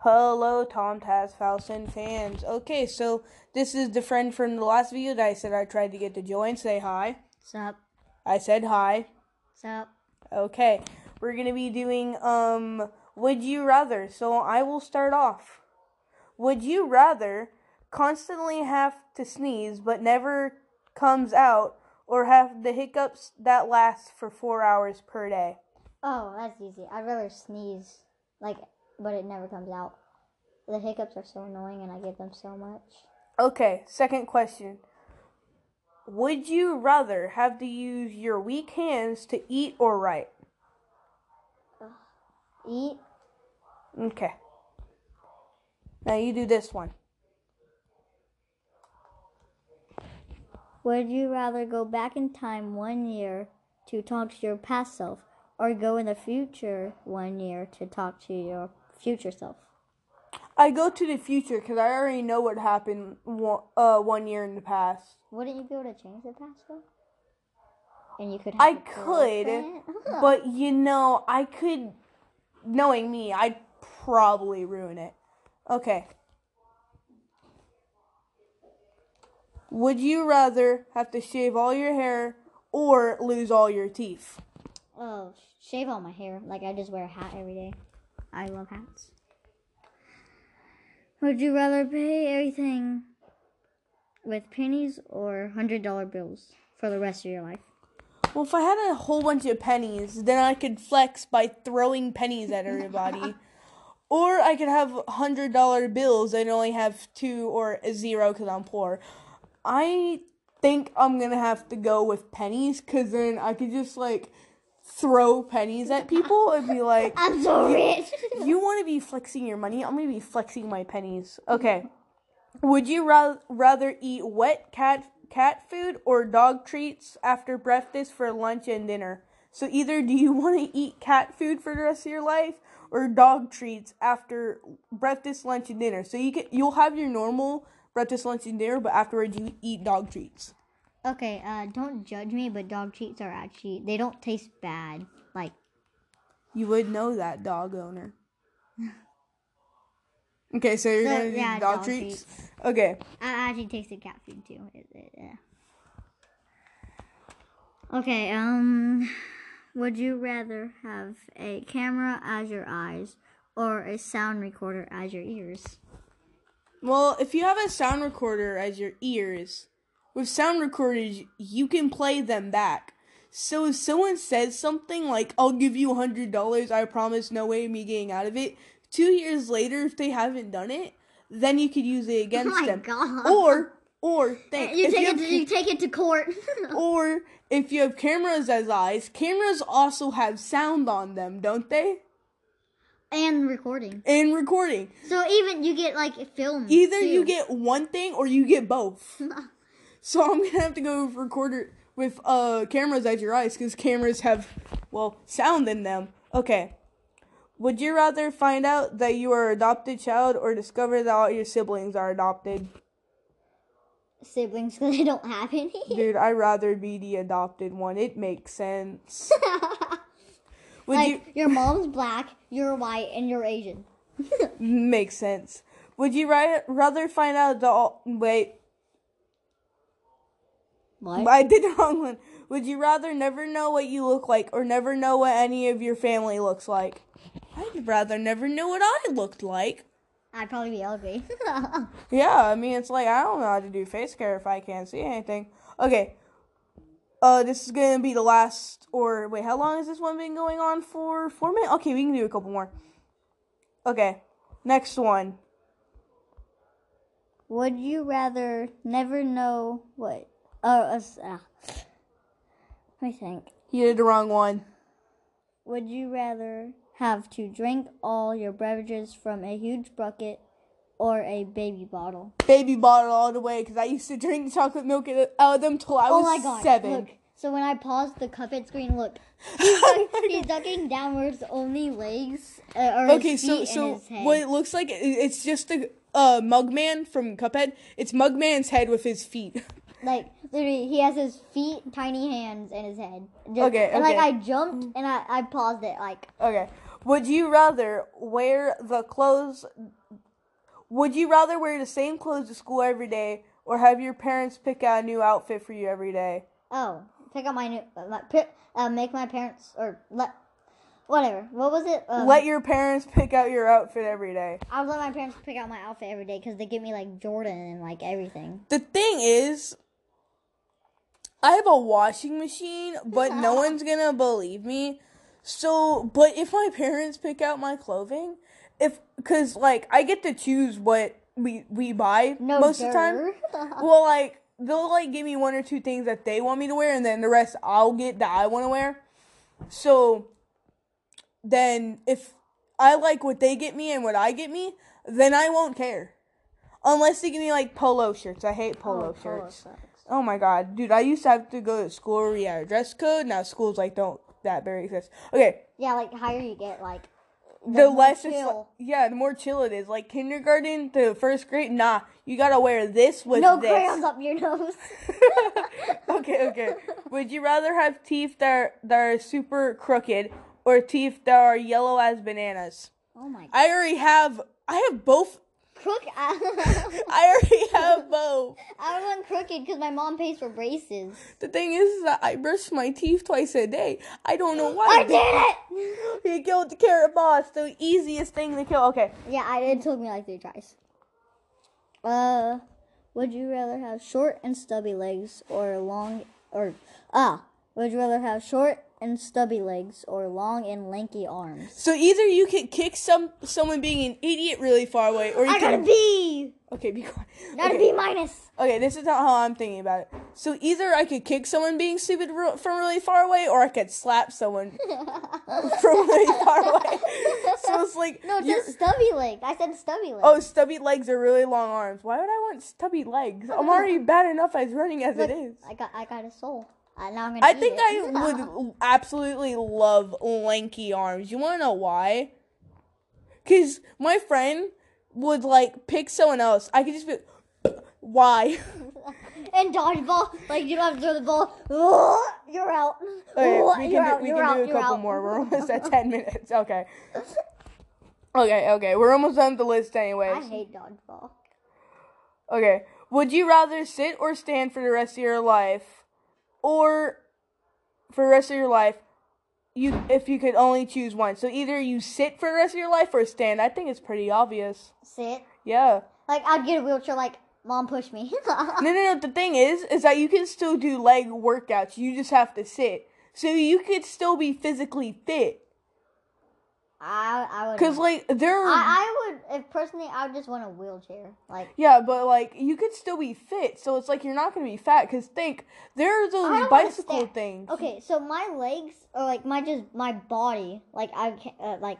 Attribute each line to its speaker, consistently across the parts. Speaker 1: Hello, Tom Taz Falcon fans. Okay, so this is the friend from the last video that I said I tried to get to join. Say hi.
Speaker 2: Sup?
Speaker 1: I said hi.
Speaker 2: Sup?
Speaker 1: Okay, we're gonna be doing um, would you rather? So I will start off. Would you rather constantly have to sneeze but never comes out, or have the hiccups that last for four hours per day?
Speaker 2: Oh, that's easy. I'd rather sneeze, like, but it never comes out. The hiccups are so annoying, and I get them so much.
Speaker 1: Okay, second question. Would you rather have to use your weak hands to eat or write?
Speaker 2: Eat?
Speaker 1: Okay. Now you do this one.
Speaker 2: Would you rather go back in time one year to talk to your past self, or go in the future one year to talk to your future self?
Speaker 1: I go to the future because I already know what happened one, uh, one year in the past.
Speaker 2: Wouldn't you be able to change the past though? And you could. Have
Speaker 1: I
Speaker 2: a
Speaker 1: could,
Speaker 2: girlfriend?
Speaker 1: but you know, I could. Knowing me, I'd probably ruin it. Okay. Would you rather have to shave all your hair or lose all your teeth?
Speaker 2: Oh, shave all my hair. Like I just wear a hat every day. I love hats. Would you rather pay everything with pennies or hundred dollar bills for the rest of your life?
Speaker 1: Well, if I had a whole bunch of pennies, then I could flex by throwing pennies at everybody. or I could have $100 bills and only have two or a zero because I'm poor. I think I'm going to have to go with pennies because then I could just like throw pennies at people and be like,
Speaker 2: I'm so rich.
Speaker 1: you want to be flexing your money? I'm going to be flexing my pennies. Okay. Would you ra- rather eat wet cat cat food or dog treats after breakfast for lunch and dinner? So either do you want to eat cat food for the rest of your life or dog treats after breakfast, lunch and dinner? So you can, you'll have your normal breakfast, lunch and dinner, but afterwards you eat dog treats.
Speaker 2: okay, uh, don't judge me, but dog treats are actually they don't taste bad. Like
Speaker 1: You would know that dog owner. Okay, so you're
Speaker 2: So,
Speaker 1: going to
Speaker 2: yeah,
Speaker 1: do dog,
Speaker 2: dog
Speaker 1: treats? Okay.
Speaker 2: I actually tasted cat food too. It- it- yeah. Okay, um, would you rather have a camera as your eyes or a sound recorder as your ears?
Speaker 1: Well, if you have a sound recorder as your ears, with sound recorders, you can play them back. So if someone says something like, I'll give you $100, I promise, no way, me getting out of it, two years later, if they haven't done it, then you could use it against
Speaker 2: Oh my
Speaker 1: them.
Speaker 2: God.
Speaker 1: Or, or, think,
Speaker 2: You
Speaker 1: if
Speaker 2: take
Speaker 1: you
Speaker 2: it.
Speaker 1: have
Speaker 2: To, E you take it to court.
Speaker 1: or if you have cameras as eyes, cameras also have sound on them, don't they?
Speaker 2: and recording.
Speaker 1: And recording.
Speaker 2: So even you get like film.
Speaker 1: Either
Speaker 2: too.
Speaker 1: you get one thing or you get both. so I'm gonna have to go with recorder with uh cameras as your eyes because cameras have well sound in them. Okay. Would you rather find out that you are an adopted child or discover that all your siblings are adopted?
Speaker 2: siblings because I don't have any.
Speaker 1: Dude, I'd rather be the adopted one. It makes sense. Would
Speaker 2: like your mom's black, you're white, and you're Asian.
Speaker 1: you makes sense? Would you ri- rather find out that all wait
Speaker 2: What?
Speaker 1: I did the wrong one. Would you rather never know what you look like or never know what any of your family looks like? I'd rather never know what I looked like.
Speaker 2: I'd probably be ugly.
Speaker 1: Yeah, I mean, it's like I don't know how to do face care if I can't see anything. Okay. Uh, this is gonna be the last. Or wait, how long has this one been going on for? Four minutes. Okay, we can do a couple more. Okay, next one.
Speaker 2: Would you rather never know what? Oh, uh, s- ah. let me think.
Speaker 1: You did the wrong one.
Speaker 2: Would you rather have to drink all your beverages from a huge bucket or a baby bottle?
Speaker 1: Baby bottle all the way because I used to drink chocolate milk out of them till I
Speaker 2: oh
Speaker 1: was
Speaker 2: my god!
Speaker 1: seven.
Speaker 2: Look. So when I pause the Cuphead screen, look, he's, like, he's ducking downwards, only legs uh, or
Speaker 1: Okay,
Speaker 2: his
Speaker 1: so
Speaker 2: feet and
Speaker 1: so
Speaker 2: his head.
Speaker 1: what it looks like i- it's just the uh, Mugman from Cuphead. It's Mugman's head with his feet.
Speaker 2: Like literally, he has his feet, tiny hands, and his head. Just,
Speaker 1: Okay,
Speaker 2: And like
Speaker 1: okay.
Speaker 2: I jumped and I, I paused it. Like
Speaker 1: Okay. Would you rather wear the clothes? Would you rather wear the same clothes to school every day, or have your parents pick out a new outfit for you every day?
Speaker 2: oh, pick out my new, uh, my, pick, uh, make my parents or let, whatever. What was it? Um,
Speaker 1: Let your parents pick out your outfit every day.
Speaker 2: I would let my parents pick out my outfit every day because they give me like Jordan and like everything.
Speaker 1: The thing is, I have a washing machine, but no one's gonna believe me. So, but if my parents pick out my clothing, if because like I get to choose what we we buy
Speaker 2: No
Speaker 1: most of the time.
Speaker 2: dirt.
Speaker 1: well, like they'll like give me one or two things that they want me to wear, and then the rest I'll get that I want to wear. So then, if I like what they get me and what I get me, then I won't care. Unless they give me like polo shirts. I hate polo
Speaker 2: Oh, polo
Speaker 1: shirts.
Speaker 2: sucks.
Speaker 1: Oh my god, dude! I used to have to go to school where we had a dress code. Now schools like don't that barely exist. Okay,
Speaker 2: Yeah, like higher you get, like
Speaker 1: the,
Speaker 2: more
Speaker 1: less it's like,
Speaker 2: chill.
Speaker 1: yeah, the more chill it is. Like kindergarten to first grade, nah, you gotta wear this with
Speaker 2: no
Speaker 1: this.
Speaker 2: crayons up your nose.
Speaker 1: okay, okay. Would you rather have teeth that are, that are super crooked or teeth that are yellow as bananas?
Speaker 2: Oh my god.
Speaker 1: I already have. I have both.
Speaker 2: Crook. I,
Speaker 1: I already have both.
Speaker 2: I went crooked because my mom pays for braces.
Speaker 1: The thing is that I brush my teeth twice a day. I don't know why.
Speaker 2: I did it.
Speaker 1: You killed the carrot boss. The easiest thing to kill. Okay.
Speaker 2: Yeah, I, it took me like three tries. Uh, would you rather have short and stubby legs or long or ah? Would you rather have short and stubby legs or long and lanky arms?
Speaker 1: So either you can kick some someone being an idiot really far away, or you
Speaker 2: I
Speaker 1: can.
Speaker 2: got a B.
Speaker 1: Okay, be quiet.
Speaker 2: Not
Speaker 1: Okay.
Speaker 2: a B minus.
Speaker 1: Okay, this is not how I'm thinking about it. So either I could kick someone being stupid ro- from really far away, or I could slap someone from really far away. So it's like
Speaker 2: No, it
Speaker 1: you're-
Speaker 2: says stubby legs. I said stubby legs.
Speaker 1: oh, stubby legs or really long arms. Why would I want stubby legs? I'm already bad enough as running as
Speaker 2: Look,
Speaker 1: it is.
Speaker 2: I got I got a soul. Uh, now I'm gonna.
Speaker 1: I
Speaker 2: eat
Speaker 1: think
Speaker 2: it.
Speaker 1: I would absolutely love lanky arms. You want to know why? Cause my friend would like pick someone else. I could just be why.
Speaker 2: And dodgeball, like you don't have to throw the ball. You're out.
Speaker 1: Okay,
Speaker 2: You're
Speaker 1: we can
Speaker 2: out,
Speaker 1: do, we
Speaker 2: you're
Speaker 1: can
Speaker 2: out,
Speaker 1: do a
Speaker 2: you're
Speaker 1: couple
Speaker 2: out.
Speaker 1: more. We're almost at 10 minutes. Okay. Okay, okay. We're almost done with the list
Speaker 2: I
Speaker 1: anyways.
Speaker 2: hate dodgeball.
Speaker 1: Okay. Would you rather sit or stand for the rest of your life? Or for the rest of your life, you if you could only choose one. So either you sit for the rest of your life or stand. I think it's pretty obvious.
Speaker 2: Sit.
Speaker 1: Yeah.
Speaker 2: Like I'd get a wheelchair. Like mom, push me.
Speaker 1: No, no, no. The thing is, is that you can still do leg workouts. You just have to sit. So you could still be physically fit.
Speaker 2: I I would.
Speaker 1: Cause like there are
Speaker 2: I, I would if personally I would just want a wheelchair. Like
Speaker 1: Yeah, but like you could still be fit, so it's like you're not gonna be fat. Cause think there are
Speaker 2: I
Speaker 1: those
Speaker 2: don't wanna
Speaker 1: bicycle
Speaker 2: stand-
Speaker 1: things.
Speaker 2: okay, so my legs or like my just my body. Like I can't, uh, like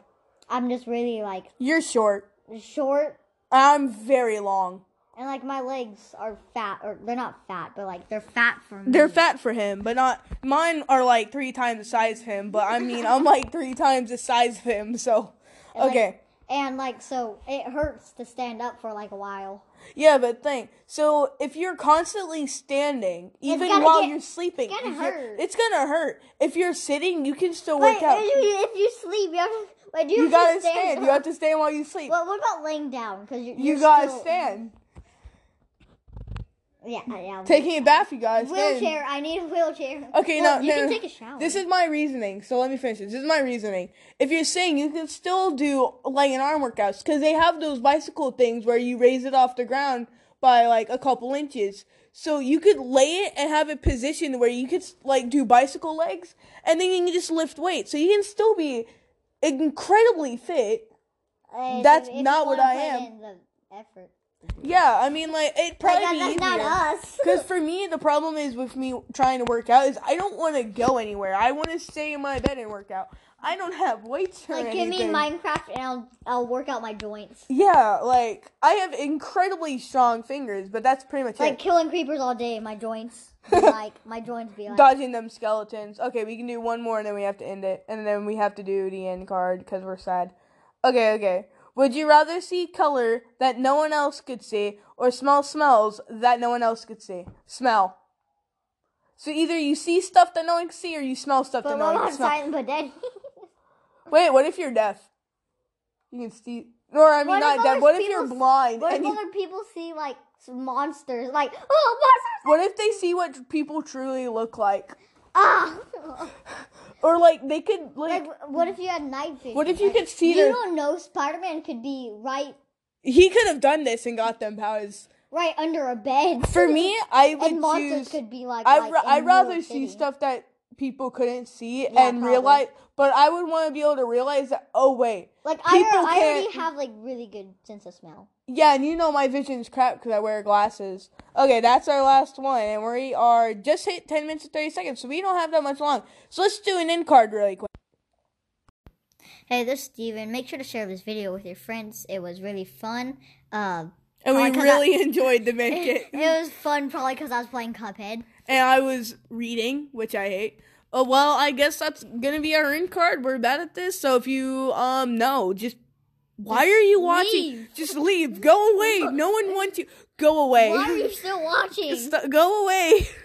Speaker 2: I'm just really like
Speaker 1: You're short.
Speaker 2: short
Speaker 1: I'm very long.
Speaker 2: and like my legs are fat or they're not fat but like they're fat for me.
Speaker 1: They're fat for him, but not mine. Are like three times the size of him. But I mean, I'm like three times the size of him. So
Speaker 2: like-
Speaker 1: okay,
Speaker 2: And like so it hurts to stand up for like a while.
Speaker 1: yeah, but think. So if you're constantly standing, even
Speaker 2: gonna
Speaker 1: while
Speaker 2: get-
Speaker 1: you're sleeping,
Speaker 2: it's gonna
Speaker 1: you're-
Speaker 2: hurt.
Speaker 1: it's gonna hurt. If you're sitting, you can still work
Speaker 2: Wait,
Speaker 1: out.
Speaker 2: if you, if you sleep, you have to. Wait, do you,
Speaker 1: You
Speaker 2: have
Speaker 1: gotta
Speaker 2: to stand?
Speaker 1: stand. You have to stand while you sleep.
Speaker 2: Well, what about laying down? Because you're,
Speaker 1: You
Speaker 2: you're
Speaker 1: gotta
Speaker 2: still-
Speaker 1: stand.
Speaker 2: Yeah, yeah.
Speaker 1: Taking it back, you guys.
Speaker 2: wheelchair. I need a wheelchair.
Speaker 1: Okay,
Speaker 2: Well,
Speaker 1: no,
Speaker 2: you
Speaker 1: no,
Speaker 2: can
Speaker 1: no.
Speaker 2: take a shower.
Speaker 1: This is my reasoning. So let me finish this. This is my reasoning. If you're saying you can still do leg and arm workouts, because they have those bicycle things where you raise it off the ground by like a couple inches. So you could lay it and have it positioned where you could like do bicycle legs, and then you can just lift weights. So you can still be incredibly fit.
Speaker 2: Uh,
Speaker 1: that's
Speaker 2: if you
Speaker 1: not what
Speaker 2: wanna
Speaker 1: I
Speaker 2: put
Speaker 1: am.
Speaker 2: in the effort.
Speaker 1: Yeah, I mean like it
Speaker 2: Like,
Speaker 1: probably
Speaker 2: that-
Speaker 1: be
Speaker 2: that's
Speaker 1: easier.
Speaker 2: not us.
Speaker 1: Because for me, the problem is with me trying to work out is I don't want to go anywhere. I want to stay in my bed and work out. I don't have weights or
Speaker 2: Like, give
Speaker 1: anything.
Speaker 2: me Minecraft and I'll I'll work out my joints.
Speaker 1: yeah, like I have incredibly strong fingers, but that's pretty much
Speaker 2: Like
Speaker 1: it.
Speaker 2: killing creepers all day. My joints. be like my joints be like.
Speaker 1: Dodging them skeletons. Okay, we can do one more and then we have to end it, and then we have to do the end card because we're sad. Okay, okay. Would you rather see color that no one else could see, or smell smells that no one else could see. Smell. So either you see stuff that no one can see, or you smell stuff
Speaker 2: But
Speaker 1: that no
Speaker 2: mom
Speaker 1: one
Speaker 2: on
Speaker 1: can smell.
Speaker 2: silent but dead.
Speaker 1: Wait, what if you're deaf? You can see. Or I mean,
Speaker 2: What if
Speaker 1: not
Speaker 2: other
Speaker 1: deaf. What if
Speaker 2: people
Speaker 1: you're
Speaker 2: s-
Speaker 1: blind?
Speaker 2: what if
Speaker 1: and you-
Speaker 2: other people see like s- monsters? Like oh monsters!
Speaker 1: what if they see what tr- people truly look like?
Speaker 2: Ah!
Speaker 1: Or like they could like.
Speaker 2: Like wh- what if you had night vision?
Speaker 1: what if you
Speaker 2: Like,
Speaker 1: could see
Speaker 2: You
Speaker 1: their?
Speaker 2: don't know Spider Man could be right
Speaker 1: He could have done this and got them powers.
Speaker 2: right under a bed.
Speaker 1: For me, I would
Speaker 2: and monsters
Speaker 1: choose.
Speaker 2: could be like.
Speaker 1: I
Speaker 2: like,
Speaker 1: ra-
Speaker 2: in
Speaker 1: I'd
Speaker 2: New
Speaker 1: rather
Speaker 2: York
Speaker 1: see
Speaker 2: City.
Speaker 1: stuff that people couldn't see
Speaker 2: Yeah,
Speaker 1: and
Speaker 2: probably.
Speaker 1: realize, but I would want to be able to realize that. Oh wait,
Speaker 2: Like I,
Speaker 1: people
Speaker 2: al- I already
Speaker 1: can't-
Speaker 2: have like really good sense of smell.
Speaker 1: yeah, and you know my vision's crap because I wear glasses. Okay, that's our last one, and we are just hit ten minutes and thirty seconds, so we don't have that much long. So let's do an end card really quick.
Speaker 2: Hey, this is Steven. Make sure to share this video with your friends. It was really fun. Uh,
Speaker 1: And
Speaker 2: Probably
Speaker 1: we
Speaker 2: 'cause
Speaker 1: really enjoyed the make
Speaker 2: it
Speaker 1: it,
Speaker 2: was fun probably because I was playing Cuphead.
Speaker 1: and I was reading, which I hate. Oh well, I guess that's gonna be our end card. We're bad at this, so if you um no, just why are you watching?
Speaker 2: leave.
Speaker 1: Just leave. Go away. No one wants you. Go away.
Speaker 2: Why are you still watching?
Speaker 1: St- go away.